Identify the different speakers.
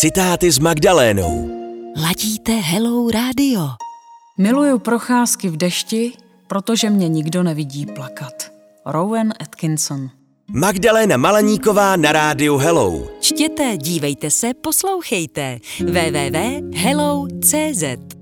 Speaker 1: Citáty s Magdalénou.
Speaker 2: Ladíte Hello Radio.
Speaker 3: Miluju procházky v dešti, protože mě nikdo nevidí plakat. Rowan Atkinson.
Speaker 1: Magdaléna Malaníková na rádiu Hello.
Speaker 2: Čtěte, dívejte se, poslouchejte. www.hello.cz